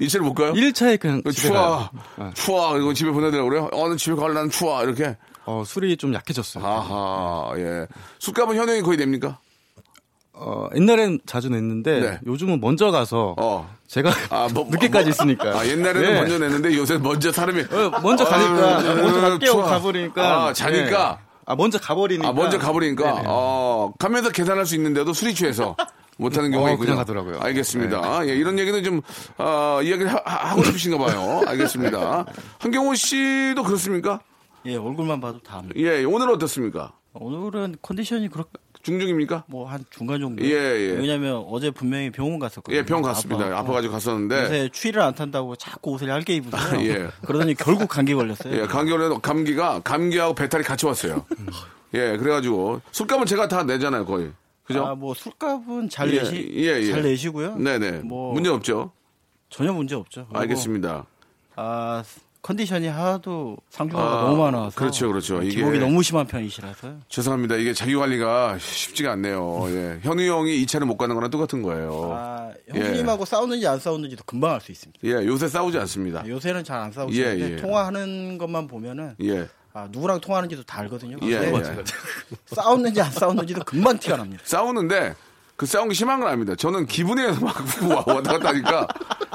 이체를 못 가요?
1차에 그냥
이거
집에
추워,
가요. 아.
추워. 이거 집에 보내달라고 그래요? 어, 나 집에 가려, 난 추워. 이렇게.
어, 술이 좀 약해졌어요.
아하, 예. 술값은 현영이 거의 됩니까?
어, 옛날엔 자주 냈는데
네.
요즘은 먼저 가서
어.
제가
아, 뭐,
늦게까지
뭐,
있으니까.
아, 옛날에는
예.
먼저 냈는데 요새 먼저 사람이.
어, 먼저 가니까
어,
먼저
어,
갈게요
추워.
가버리니까
아, 자니까.
예. 아 먼저 가버리니까
아, 먼저 가버리니까, 어, 가면서 계산할 수 있는데도 술이 취해서 못하는 경우가
어,
있군요.
그냥 가더라고요. 네.
알겠습니다. 예, 이런 얘기는 좀, 어, 이야기를 하, 하- 하고 싶으신가 봐요. 알겠습니다. 한경호 씨도 그렇습니까?
예, 얼굴만 봐도 다 압니다.
예, 오늘 어떻습니까?
오늘은 컨디션이 그렇게
중중입니까?
뭐 한 중간 정도.
예, 예.
왜냐면 어제 분명히 병원 갔었거든요.
예, 병 갔습니다.
아파갖고.
아파가지고
네.
갔었는데.
요새 추위를 안 탄다고 자꾸 옷을 얇게 입으세요.
예.
그러더니 결국 감기 걸렸어요.
예, 감기 걸려 감기가, 감기하고 배탈이 같이 왔어요. 예, 그래가지고, 술값은 제가 다 내잖아요, 거의. 그죠?
아, 뭐 술값은 잘
예,
내시
예, 예.
잘 내시고요.
네네.
뭐-
문제 없죠.
전혀 문제 없죠. 그리고,
알겠습니다.
아 컨디션이 하도 상중하가
아,
너무 많아서
그렇죠, 그렇죠. 이게-
기복이 너무 심한 편이시라서요.
죄송합니다. 이게 자기 관리가 쉽지가 않네요. 예. 현우 형이 이차를못 가는 거랑 똑같은 어, 거예요.
아 형님하고 싸우는지 안 싸우는지도 금방 알 수 있습니다.
예, 요새 싸우지 않습니다.
요새는 잘 안 싸우시는데
예, 예.
통화하는 것만 보면은
예.
아, 누구랑 통화하는지도 다 알거든요.
예,
근데
예.
싸웠는지 안 싸웠는지도 금방 티가 납니다.
싸우는데 그 싸운 게 심한 건 아닙니다. 저는 기분에서 막 와- 왔다 갔다 하니까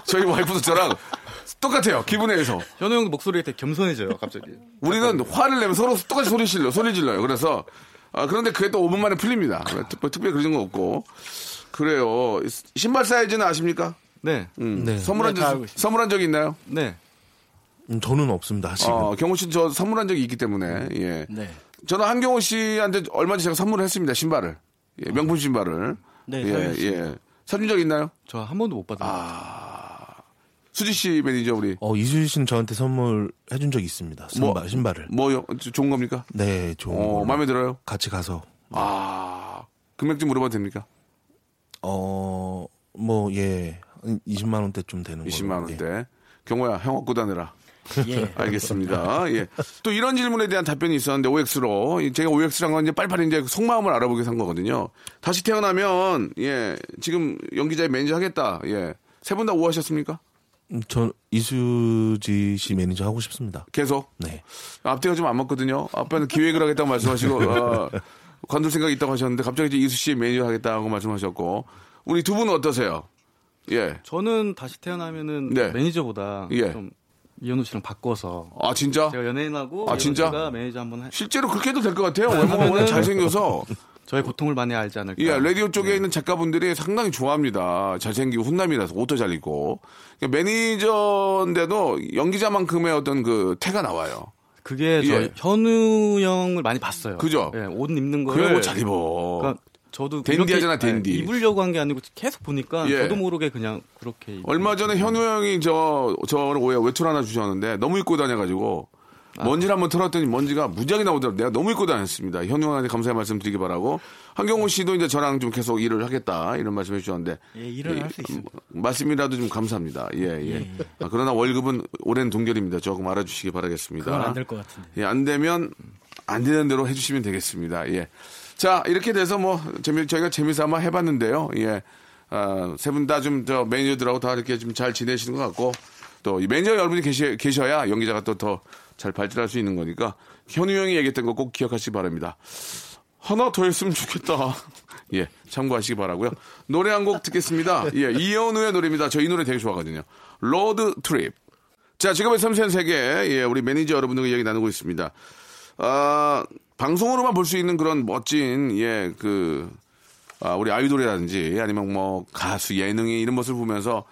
저희 와이프도 저랑 똑같아요. 기분에서.
현우 형 목소리가 되게 겸손해져요, 갑자기.
우리는 화를 내면 서로 똑같이 소리 질러, 소리 질러요. 그래서 아, 그런데 그게 또 5분 만에 풀립니다. 특- 뭐 특별히 그런 거 없고 그래요. 신발 사이즈는 아십니까?
네.
음.
네.
선물한
네, 다 알고
적
있습니다.
선물한 적이 있나요?
네.
음, 저는 없습니다 아직은.
어, 경호 씨 저 선물한 적이 있기 때문에 예.
네.
저는 한경호 씨한테 얼마 전에 제가 선물을 했습니다. 신발을 예, 명품 신발을
네,
예,
사주셨습니다.
예. 사준 적 있나요?
저 한 번도 못 받은 아.
수지 씨 매니저 우리
어, 이수진 씨는 저한테 선물 해준 적이 있습니다. 신발, 신발을.
뭐요? 저- 좋은 겁니까?
네, 좋은
어,
걸로.
마음에 들어요.
같이 가서.
네.
아 금액 좀 물어봐도 됩니까?
어, 뭐, 예. 한 20만 원대쯤 되는 예. 거.
20만 원대. 경호야 형 얻고 다니라.
예.
알겠습니다. 예. 또 이런 질문에 대한 답변이 있었는데 OX로 제가 OX란 건 이제 빨리빨리 이제 속마음을 알아보기 위해서 한 거거든요. 다시 태어나면 예 지금 연기자의 매니저 하겠다. 예. 세 분 다 오하셨습니까?
전 음, 이수지 씨 매니저 하고 싶습니다.
계속
네.
앞뒤가 좀 안 맞거든요. 앞에는 기획을 하겠다고 말씀하시고 어, 관둘 생각이 있다고 하셨는데 갑자기 이제 이수 씨 매니저 하겠다고 말씀하셨고 우리 두 분은 어떠세요? 예.
저는 다시 태어나면은
네.
매니저보다
예.
좀 이현우 씨랑 바꿔서
아 진짜?
제가 연예인하고
아, 진짜?
제가 매니저 한번 해.
실제로 그렇게 해도 될 것 같아요. 외모가 워낙 잘생겨서
네. 저의 고통을 많이 알지 않을까.
예, 라디오 쪽에 있는 작가분들이 상당히 좋아합니다. 잘생기고 훈남이라서 옷도 잘 입고 그러니까 매니저인데도 연기자만큼의 어떤 그 태가 나와요.
그게 저
예.
현우 형을 많이 봤어요.
그죠?
예, 옷 입는 거를
그래 옷잘 입어.
그러니까 저도
댄디하잖아,
이렇게,
댄디.
예, 입으려고 한 게 아니고 계속 보니까
예.
저도 모르게 그냥 그렇게 입-
얼마 전에 현우 형이 저 저를 오해 외출 하나 주셨는데 너무 입고 다녀가지고
아.
먼지를 한번 털었더니 먼지가 무지하게 나오더라고 내가 너무 입고 다녔습니다. 현우 형한테 감사의 말씀 드리기 바라고 한경호 씨도 이제 저랑 좀 계속 일을 하겠다 이런 말씀해 주셨는데
예, 일은 할수
음,
있습니다.
말씀이라도 좀 감사합니다. 예 예. 아, 그러나 월급은 오랜 동결입니다. 조금 알아주시기 바라겠습니다.
그건 안 될 것 같은데.
예, 안 되면 안 되는 대로 해주시면 되겠습니다. 예. 자, 이렇게 돼서 뭐, 재미, 저희가 재미삼아 해봤는데요. 예. 아, 세 분 다 좀 저 매니저들하고 다 이렇게 좀 잘 지내시는 것 같고 또 이 매니저 여러분이 계시, 계셔야 연기자가 또 더 잘 발전할 수 있는 거니까 현우 형이 얘기했던 거 꼭 기억하시기 바랍니다. 하나 더 했으면 좋겠다. 예, 참고하시기 바라고요. 노래 한 곡 듣겠습니다. 예, 이현우의 노래입니다. 저 이 노래 되게 좋아하거든요. 로드 트립. 자, 지금의 섬세한 세계, 예, 우리 매니저 여러분들과 이야기 나누고 있습니다. 아, 방송으로만 볼 수 있는 그런 멋진, 예, 그, 아, 우리 아이돌이라든지 아니면 뭐 가수 예능이 이런 모습을 보면서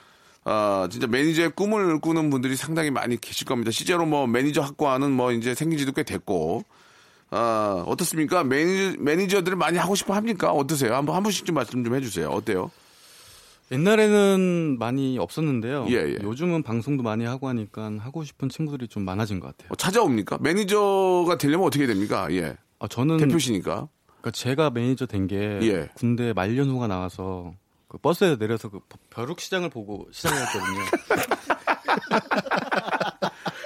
아, 진짜 매니저의 꿈을 꾸는 분들이 상당히 많이 계실 겁니다. 실제로 뭐 매니저 학과는 뭐 이제 생긴 지도 꽤 됐고, 아, 어떻습니까? 매니저, 매니저들을 많이 하고 싶어 합니까? 어떠세요? 한, 번, 한 분씩 좀 말씀 좀 해주세요. 어때요?
옛날에는 많이 없었는데요.
예, 예.
요즘은 방송도 많이 하고 하니까 하고 싶은 친구들이 좀 많아진 것 같아요.
어, 찾아옵니까? 매니저가 되려면 어떻게 됩니까? 예.
아, 저는
대표시니까.
그러니까 제가 매니저 된 게
예.
군대 말년 후가 나와서 그 버스에 내려서 그 벼룩 시장을 보고 시장을 했거든요.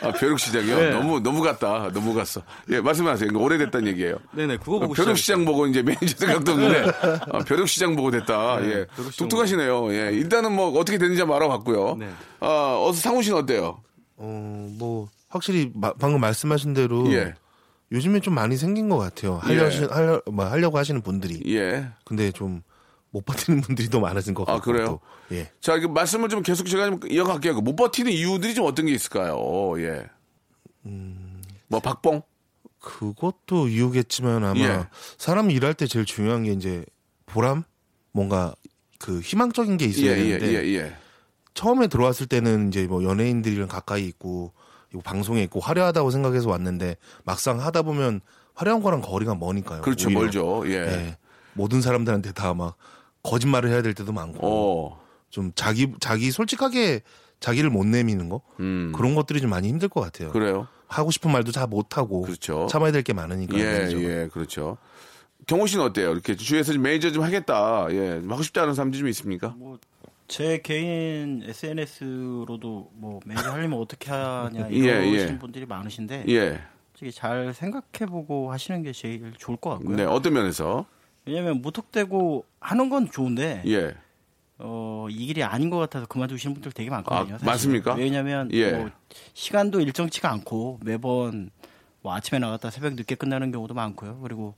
아, 벼룩시장이요?
네.
너무, 너무 갔다. 너무 갔어. 예, 말씀하세요. 이거 오래됐다는 얘기예요.
네네 그거 보고 시작했어요.
벼룩시장 보고 이제 매니저 생각도 없는데 아, 벼룩시장 보고 됐다. 예.
네, 벼룩시장
독특하시네요. 예. 일단은 뭐 어떻게 되는지 한번 알아봤고요.
네.
아, 어서 상훈 씨는 어때요?
어, 뭐, 확실히 마- 방금 말씀하신 대로.
예.
요즘에 좀 많이 생긴 것 같아요. 하려, 하려, 뭐, 하려고 하시는 분들이.
예.
근데 좀 못 버티는 분들이 더 많아진 것
아,
같고.
그래요?
또. 예.
자, 이 말씀을 좀 계속 제가 좀 이어갈게요. 그못 버티는 이유들이 좀 어떤 게 있을까요? 오, 예.
음.
뭐 박봉?
그것도 이유겠지만 아마
예.
사람 일할 때 제일 중요한 게 이제 보람? 뭔가 그 희망적인 게
예,
있어야
예,
되는데
예, 예.
처음에 들어왔을 때는 이제 뭐 연예인들이랑 가까이 있고 그리고 방송에 있고 화려하다고 생각해서 왔는데 막상 하다 보면 화려한 거랑 거리가 머니까요.
그렇죠.
오히려.
멀죠. 예.
예. 모든 사람들한테 다 막 거짓말을 해야 될 때도 많고
어.
좀 자기 자기 솔직하게 자기를 못 내미는 거
음.
그런 것들이 좀 많이 힘들 것 같아요.
그래요.
하고 싶은 말도 다 못하고
그렇죠.
참아야 될 게 많으니까
예,
매니저가.
예, 그렇죠. 경호 씨는 어때요? 이렇게 주위에서 좀 매니저 좀 하겠다. 예, 좀 하고 싶지 않은 사람들이 좀 있습니까?
뭐, 제 개인 SNS로도 뭐 매니저 하려면 어떻게 하냐
예,
이러시는
예.
분들이 많으신데
예.
솔직히 잘 생각해보고 하시는 게 제일 좋을 것 같고요.
네, 어떤 면에서?
왜냐면 무턱대고 하는 건 좋은데
예.
어, 이 길이 아닌 것 같아서 그만두시는 분들 되게 많거든요.
아,
사실.
맞습니까?
왜냐면
예.
뭐 시간도 일정치가 않고 매번 뭐 아침에 나갔다 새벽 늦게 끝나는 경우도 많고요. 그리고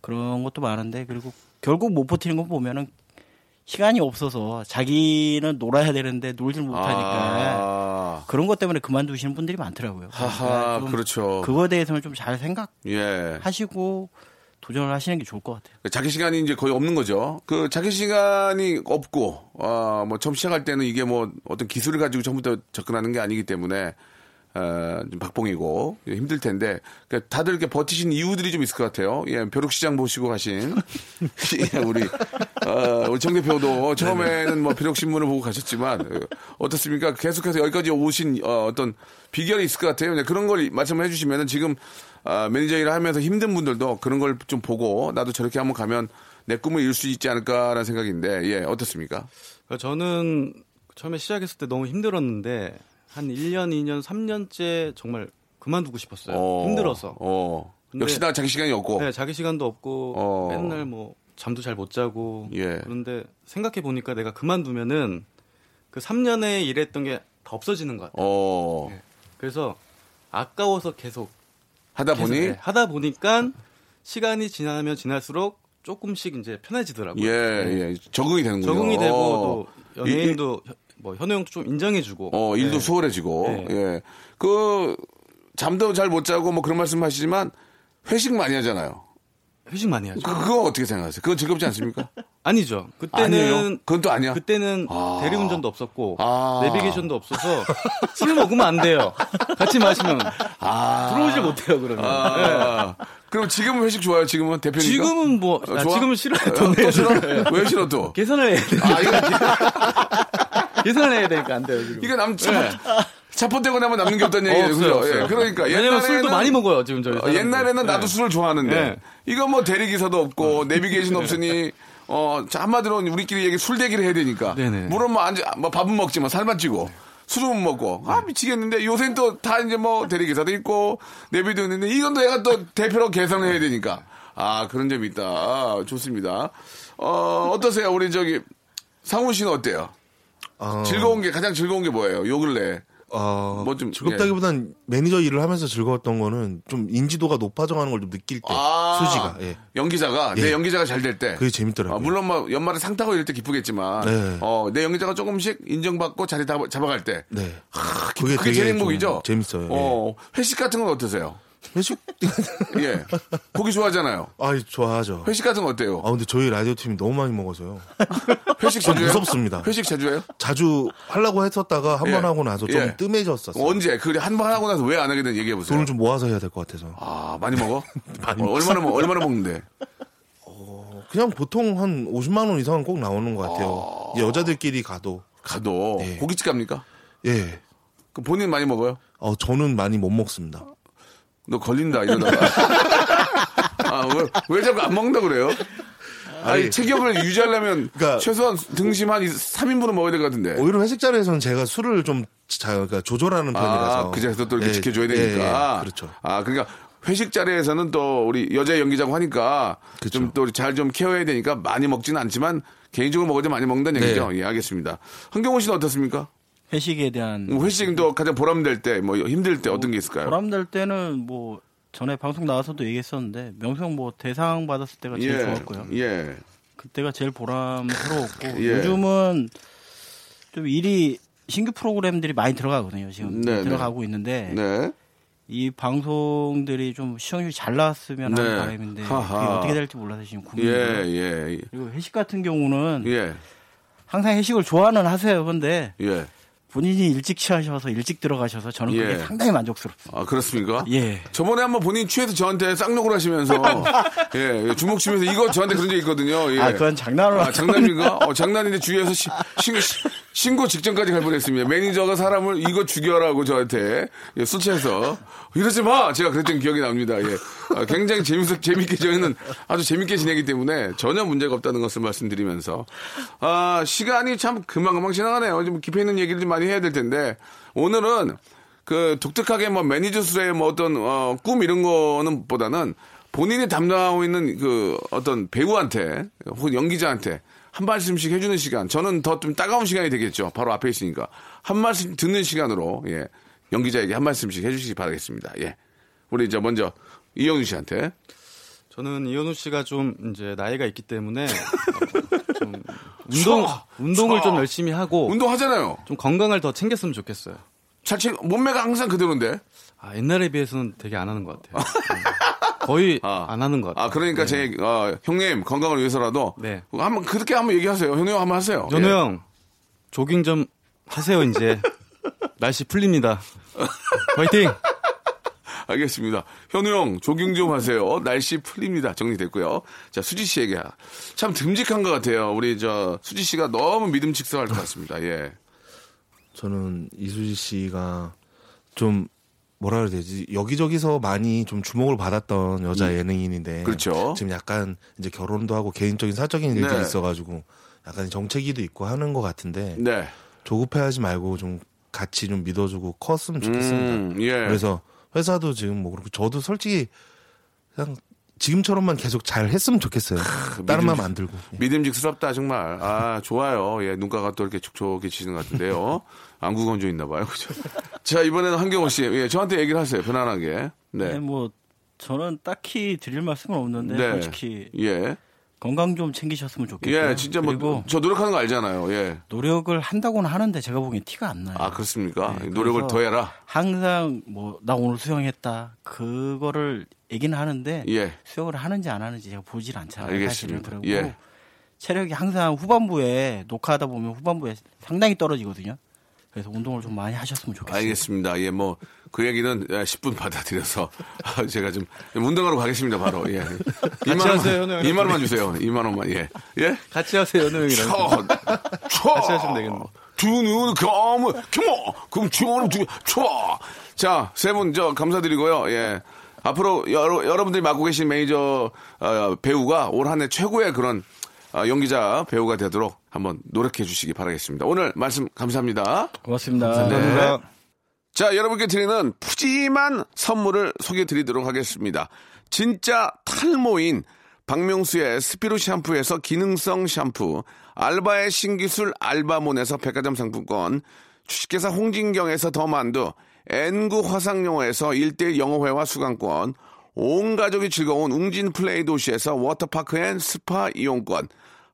그런 것도 많은데 그리고 결국 못 버티는 거 보면은 시간이 없어서 자기는 놀아야 되는데 놀질 못하니까
아,
그런 것 때문에 그만두시는 분들이 많더라고요.
하하, 그렇죠.
거에 대해서는 좀 잘
예.
생각하시고 도전을 하시는 게 좋을 것 같아요.
그 자기 시간이 이제 거의 없는 거죠. 그 자기 시간이 없고, 아, 뭐 처음 시작할 때는 이게 뭐 어떤 기술을 가지고 처음부터 접근하는 게 아니기 때문에, 아, 좀 박봉이고 예, 힘들 텐데, 그러니까 다들 이렇게 버티신 이유들이 좀 있을 것 같아요. 예, 벼룩시장 보시고 가신 예, 우리 아, 우리 정 대표도 처음에는 뭐 벼룩신문을 보고 가셨지만 어, 떻습니까 계속해서 여기까지 오신 어, 떤 비결이 있을 것 같아요. 그냥 그런 걸 말씀해 주시면은 지금 아, 매니저 일을 하면서 힘든 분들도 그런 걸 좀 보고 나도 저렇게 한번 가면 내 꿈을 이룰 수 있지 않을까라는 생각인데 예 어떻습니까?
그러니까 저는 처음에 시작했을 때 너무 힘들었는데 한 1년, 2년, 3년째 정말 그만두고 싶었어요.
어,
네. 힘들어서.
어.
근데-
역시나 자기 시간이 없고
네, 자기 시간도 없고
어.
맨날 뭐 잠도 잘 못 자고
예.
그런데 생각해 보니까 내가 그만두면은 그 3년에 일했던 게 다 없어지는 것 같아요.
어
예. 그래서 아까워서 계속
하다
계속,
보니
네, 하다 보니까 시간이 지나면 지나갈수록 조금씩 이제 편해지더라고요.
예,
네.
예. 적응이 되는군요.
적응이 되고
어.
또 연예인도 현- 뭐 현우 형도 좀 인정해주고
어, 일도
네.
수월해지고,
네.
예. 그, 잠도 잘 못 자고 뭐 그런 말씀 하시지만, 회식 많이 하잖아요.
예, 회식 많이 하죠.
그, 그거 어떻게 생각하세요? 그건 즐겁지 않습니까?
아니죠.
아니에요?
그때는
그건 또 아니야?
그때는
아.
대리운전도 없었고
아.
내비게이션도 없어서 술 먹으면 안 돼요. 같이 마시면
아.
들어오질 못해요 그러면.
아. 그럼 지금은 회식 좋아요? 지금은 대표님?
네. 지금은 뭐
어,
아,
좋아?
지금은 싫어요.
또,
돈 내야
또 싫어?
돼요.
왜 싫어 또?
계산을 해야 돼.
아, 이거,
계산을 해야 되니까 안 돼요 지금.
이거 남, 차포, 차포떼고 나면 남는 게 없다는 얘기예요.
네. 없어요,
그죠?
없어요.
예, 그러니까.
왜냐면 술도
옛날에는-
많이 먹어요 지금 저희.
어,
사람들.
옛날에는 나도
네.
술을 좋아하는데
네.
이거 뭐 대리기사도 없고 내비게이션 없으니 어 자, 한마디로 우리끼리 얘기 술 대기를 해야 되니까
네네.
물은 뭐, 안주, 뭐 밥은 먹지만 살만 찌고 술은 못 먹고
네.
아 미치겠는데 요새는 또 다 이제 뭐 대리기사도 있고 내비도 있는데 이건 또 얘가 또 대표로 계산을 해야 되니까 아 그런 점이 있다 아, 좋습니다 어 어떠세요 우리 저기 상훈 씨는 어때요
어,
즐거운 게 가장 즐거운 게 뭐예요 요 근래
어,
뭐좀 예,
즐겁다기보단 매니저 일을 하면서 즐거웠던 거는 좀 인지도가 높아져가는 걸 좀 느낄 때 수지가 예.
연기자가 내
예.
연기자가 잘 될 때
그게 재밌더라고요.
아, 물론 뭐 연말에 상 타고 이럴 때 기쁘겠지만
네.
어, 내 연기자가 조금씩 인정받고 자리 다- 잡아갈 때
네.
그게, 제일
좀
행복이죠.
재밌어요. 예.
어, 회식 같은 건 어떠세요?
회식
예, 고기 좋아하잖아요.
아 좋아하죠.
회식 같은 거 어때요?
아 근데 저희 라디오 팀이 너무 많이 먹어서요.
회식
좀
자주 해요?
무섭습니다.
회식 자주 해요?
자주 하려고 했었다가 한
예.
번 하고 나서 좀
예.
뜸해졌었어요.
언제? 그 한번 하고 나서 왜 안 하게 된 얘기해 보세요.
돈을 좀 모아서 해야 될 것 같아서.
아 많이 먹어?
많이
어, 얼마나 먹- 얼마나 먹는데?
그냥 보통 한 50만 원 이상은 꼭 나오는 것 같아요. 여자들끼리 가도
가도
예.
고깃집 갑니까?
예.
그 본인 많이 먹어요?
어 저는 많이 못 먹습니다.
너 걸린다 이러다가 아, 왜, 왜 자꾸 안 먹는다 그래요? 아니,
아니,
체격을 유지하려면
그러니까-
최소한 등심 한 3인분은 먹어야 될 것 같은데.
오히려 회식 자리에서는 제가 술을 좀 자, 그러니까 조절하는 편이라서
예. 아, 그자에서 또 이렇게
예,
지켜줘야
예,
되니까.
예, 그렇죠.
아, 그러니까 회식 자리에서는 또 우리 여자 연기자고 하니까
그렇죠.
좀 또 잘 좀 케어해야 되니까 많이 먹지는 않지만 개인적으로 먹어도 많이 먹는다는
네.
얘기죠. 예, 알겠습니다. 한경호 씨는 어떻습니까? 뭐
회식에 대한
회식도 가장 보람될 때, 뭐 힘들 때 어떤 게 있을까요?
보람될 때는 뭐 전에 방송 나와서도 얘기했었는데 명성 뭐 대상 받았을 때가 제일
예,
좋았고요.
예.
그때가 제일 보람스러웠고
예.
요즘은 좀 일이 신규 프로그램들이 많이 들어가거든요. 지금
네,
들어가고 있는데
네.
이 방송들이 좀 시청률이 잘 나왔으면
네.
하는 바람인데 그게
하하.
어떻게 될지 몰라서 지금
예,
고민이에요.
예.
그리고 회식 같은 경우는
예.
항상 회식을 좋아는 하세요. 근데
예.
본인이 일찍 취하셔서 일찍 들어가셔서 저는 그게
예.
상당히 만족스럽습니다.
아 그렇습니까?
예.
저번에 한번 본인 취해서 저한테 쌍욕을 하시면서 예, 예, 주먹 치면서 이거 저한테 그런 적 있거든요. 예.
아, 그건 장난으로
아, 장난인가? 어, 장난인데 주위에서 시, 신, 시- 신고 직전까지 갈 뻔했습니다. 매니저가 사람을 이거 죽여라고 저한테 예, 술 취해서 이러지 마 제가 그랬던 기억이 납니다. 예. 아, 굉장히 재밌어 재밌게 저희는 아주 재밌게 지내기 때문에 전혀 문제가 없다는 것을 말씀드리면서 아 시간이 참 금방금방 지나가네요. 좀 깊이 있는 얘기를 좀 많이 해야 될 텐데 오늘은 그 독특하게 뭐 매니저 수의 뭐 어떤 어, 꿈 이런 거는 보다는 본인이 담당하고 있는 그 어떤 배우한테 혹은 연기자한테 한 말씀씩 해주는 시간. 저는 더 좀 따가운 시간이 되겠죠. 바로 앞에 있으니까 한 말씀 듣는 시간으로 예 연기자에게 한 말씀씩 해주시기 바라겠습니다. 예, 우리 이제 먼저 이영준 씨한테
저는 이현우 씨가 좀 이제 나이가 있기 때문에 어, 좀 운동
차!
운동을
차!
좀 열심히 하고
운동하잖아요.
좀 건강을 더 챙겼으면 좋겠어요.
자체 몸매가 항상 그대로인데.
아, 옛날에 비해서는 되게 안 하는 것 같아요. 음, 거의
아.
안 하는 것 같아요.
아 그러니까 제 어, 형님 건강을 위해서라도
네.
한번 그렇게 한번 얘기하세요. 현우 형 한번 하세요.
연우
예.
형 조깅 좀 하세요 이제 날씨 풀립니다. 화이팅.
알겠습니다. 현우 형, 조깅 좀 하세요. 어, 날씨 풀립니다. 정리됐고요. 자, 수지 씨에게. 참 듬직한 것 같아요. 우리 저, 수지 씨가 너무 믿음직스러울 것 같습니다. 예.
저는 이수지 씨가 좀 뭐라 그래야 되지 여기저기서 많이 좀 주목을 받았던 여자 예능인인데
음. 그렇죠.
지금 약간 이제 결혼도 하고 개인적인 사적인 일도
네.
있어가지고 약간 정체기도 있고 하는 것 같은데
네.
조급해하지 말고 좀 같이 좀 믿어주고 컸으면 좋겠습니다.
음, 예.
그래서 회사도 지금 뭐 그렇고 저도 솔직히 그냥 지금처럼만 계속 잘 했으면 좋겠어요. 다른 맘 안 들고. 예.
믿음직스럽다, 정말. 아, 좋아요. 예, 눈가가 또 이렇게 촉촉해지는 것 같은데요. 안구 건조 있나 봐요. 그죠? 자, 이번에는 한경호 씨. 예, 저한테 얘기를 하세요. 편안하게.
네,
네.
뭐 저는 딱히 드릴 말씀은 없는데 솔직히
예.
건강 좀 챙기셨으면 좋겠고요.
예, 진짜 뭐,
그리고
저 노력하는 거 알잖아요. 예.
노력을 한다고는 하는데 제가 보기엔 티가 안 나요.
아, 그렇습니까?
네,
노력을
그래서
더 해라.
항상 뭐 나 오늘 수영했다 그거를 얘기는 하는데
예.
수영을 하는지 안 하는지 제가 보질 않잖아요. 사실은
알겠습니다.
그리고
예.
체력이 항상 후반부에 녹화하다 보면 후반부에 상당히 떨어지거든요. 그래서 운동을 좀 많이 하셨으면 좋겠어요.
알겠습니다. 예, 뭐, 그 얘기는 예, 10분 받아들여서 아, 제가 좀 운동하러 가겠습니다, 바로. 예. 2만
하세요, 현우
원만,
형.
2만 원만 주세요. 2만 원만, 예. 예?
같이 하세요 연우 형이랑.
쳐! 쳐!
같이 하시면 되겠네.
두 눈, 검은, 켜모! 그럼 주원은 두, 쳐! 자, 세 분, 저, 감사드리고요. 예. 앞으로 여러, 여러분들이 맡고 계신 매니저 어, 배우가 올 한 해 최고의 그런 어, 연기자 배우가 되도록 한번 노력해 주시기 바라겠습니다. 오늘 말씀 감사합니다.
고맙습니다.
감사합니다.
자, 여러분께 드리는 푸짐한 선물을 소개해 드리도록 하겠습니다. 진짜 탈모인 박명수의 스피루 샴푸에서 기능성 샴푸, 알바의 신기술 알바몬에서 백화점 상품권, 주식회사 홍진경에서 더만두, N구 화상영어에서 1대1 영어회화 수강권, 온 가족이 즐거운 웅진 플레이 도시에서 워터파크 앤 스파 이용권,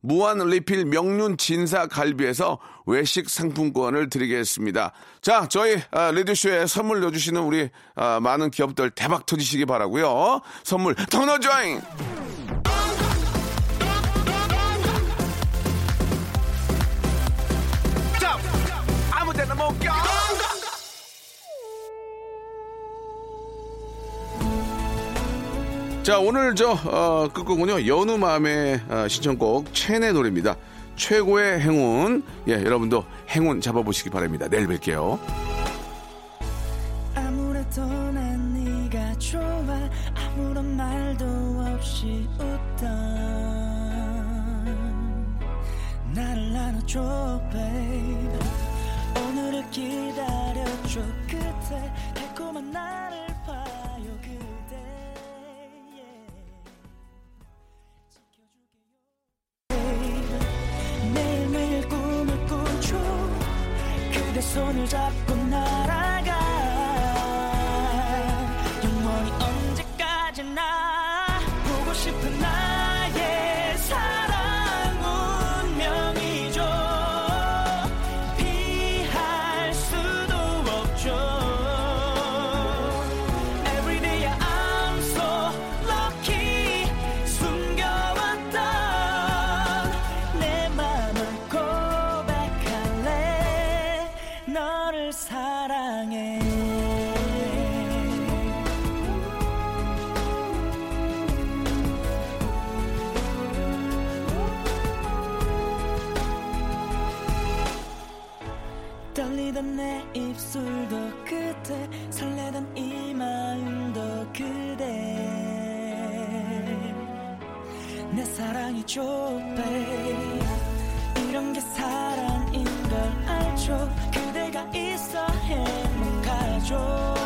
무한 리필 명륜 진사 갈비에서 외식 상품권을 드리겠습니다. 자, 저희 아, 레디쇼에 선물 넣어주시는 우리 아, 많은 기업들 대박 터지시기 바라고요. 선물 더 넣어줘잉! 자, 오늘 저, 어, 끝곡은요, 연우 마음의 어, 신청곡, 첸의 노래입니다. 최고의 행운. 예, 여러분도 행운 잡아보시기 바랍니다. 내일 뵐게요.
아무래도 난 네가 좋아 아무런 말도 없이 웃던 나를 안아줘 babe 오늘을 기다려줘 끝에 달콤한 나를 봐요 그대 yeah. babe 매일매일 꿈을 꾸죠 그대 손을 잡고 날아가 영원히 언제까지나 보고 싶은 나의 사랑 운명이죠 피할 수도 없죠 Every day I'm so lucky 숨겨왔던 내 맘을 고백할래 너를 사랑해 떨리던 내 입술도 그때 설레던 이 마음도 그대 내 사랑이죠 babe 이런 게 사랑인 걸 알죠 그대가 있어 행복하죠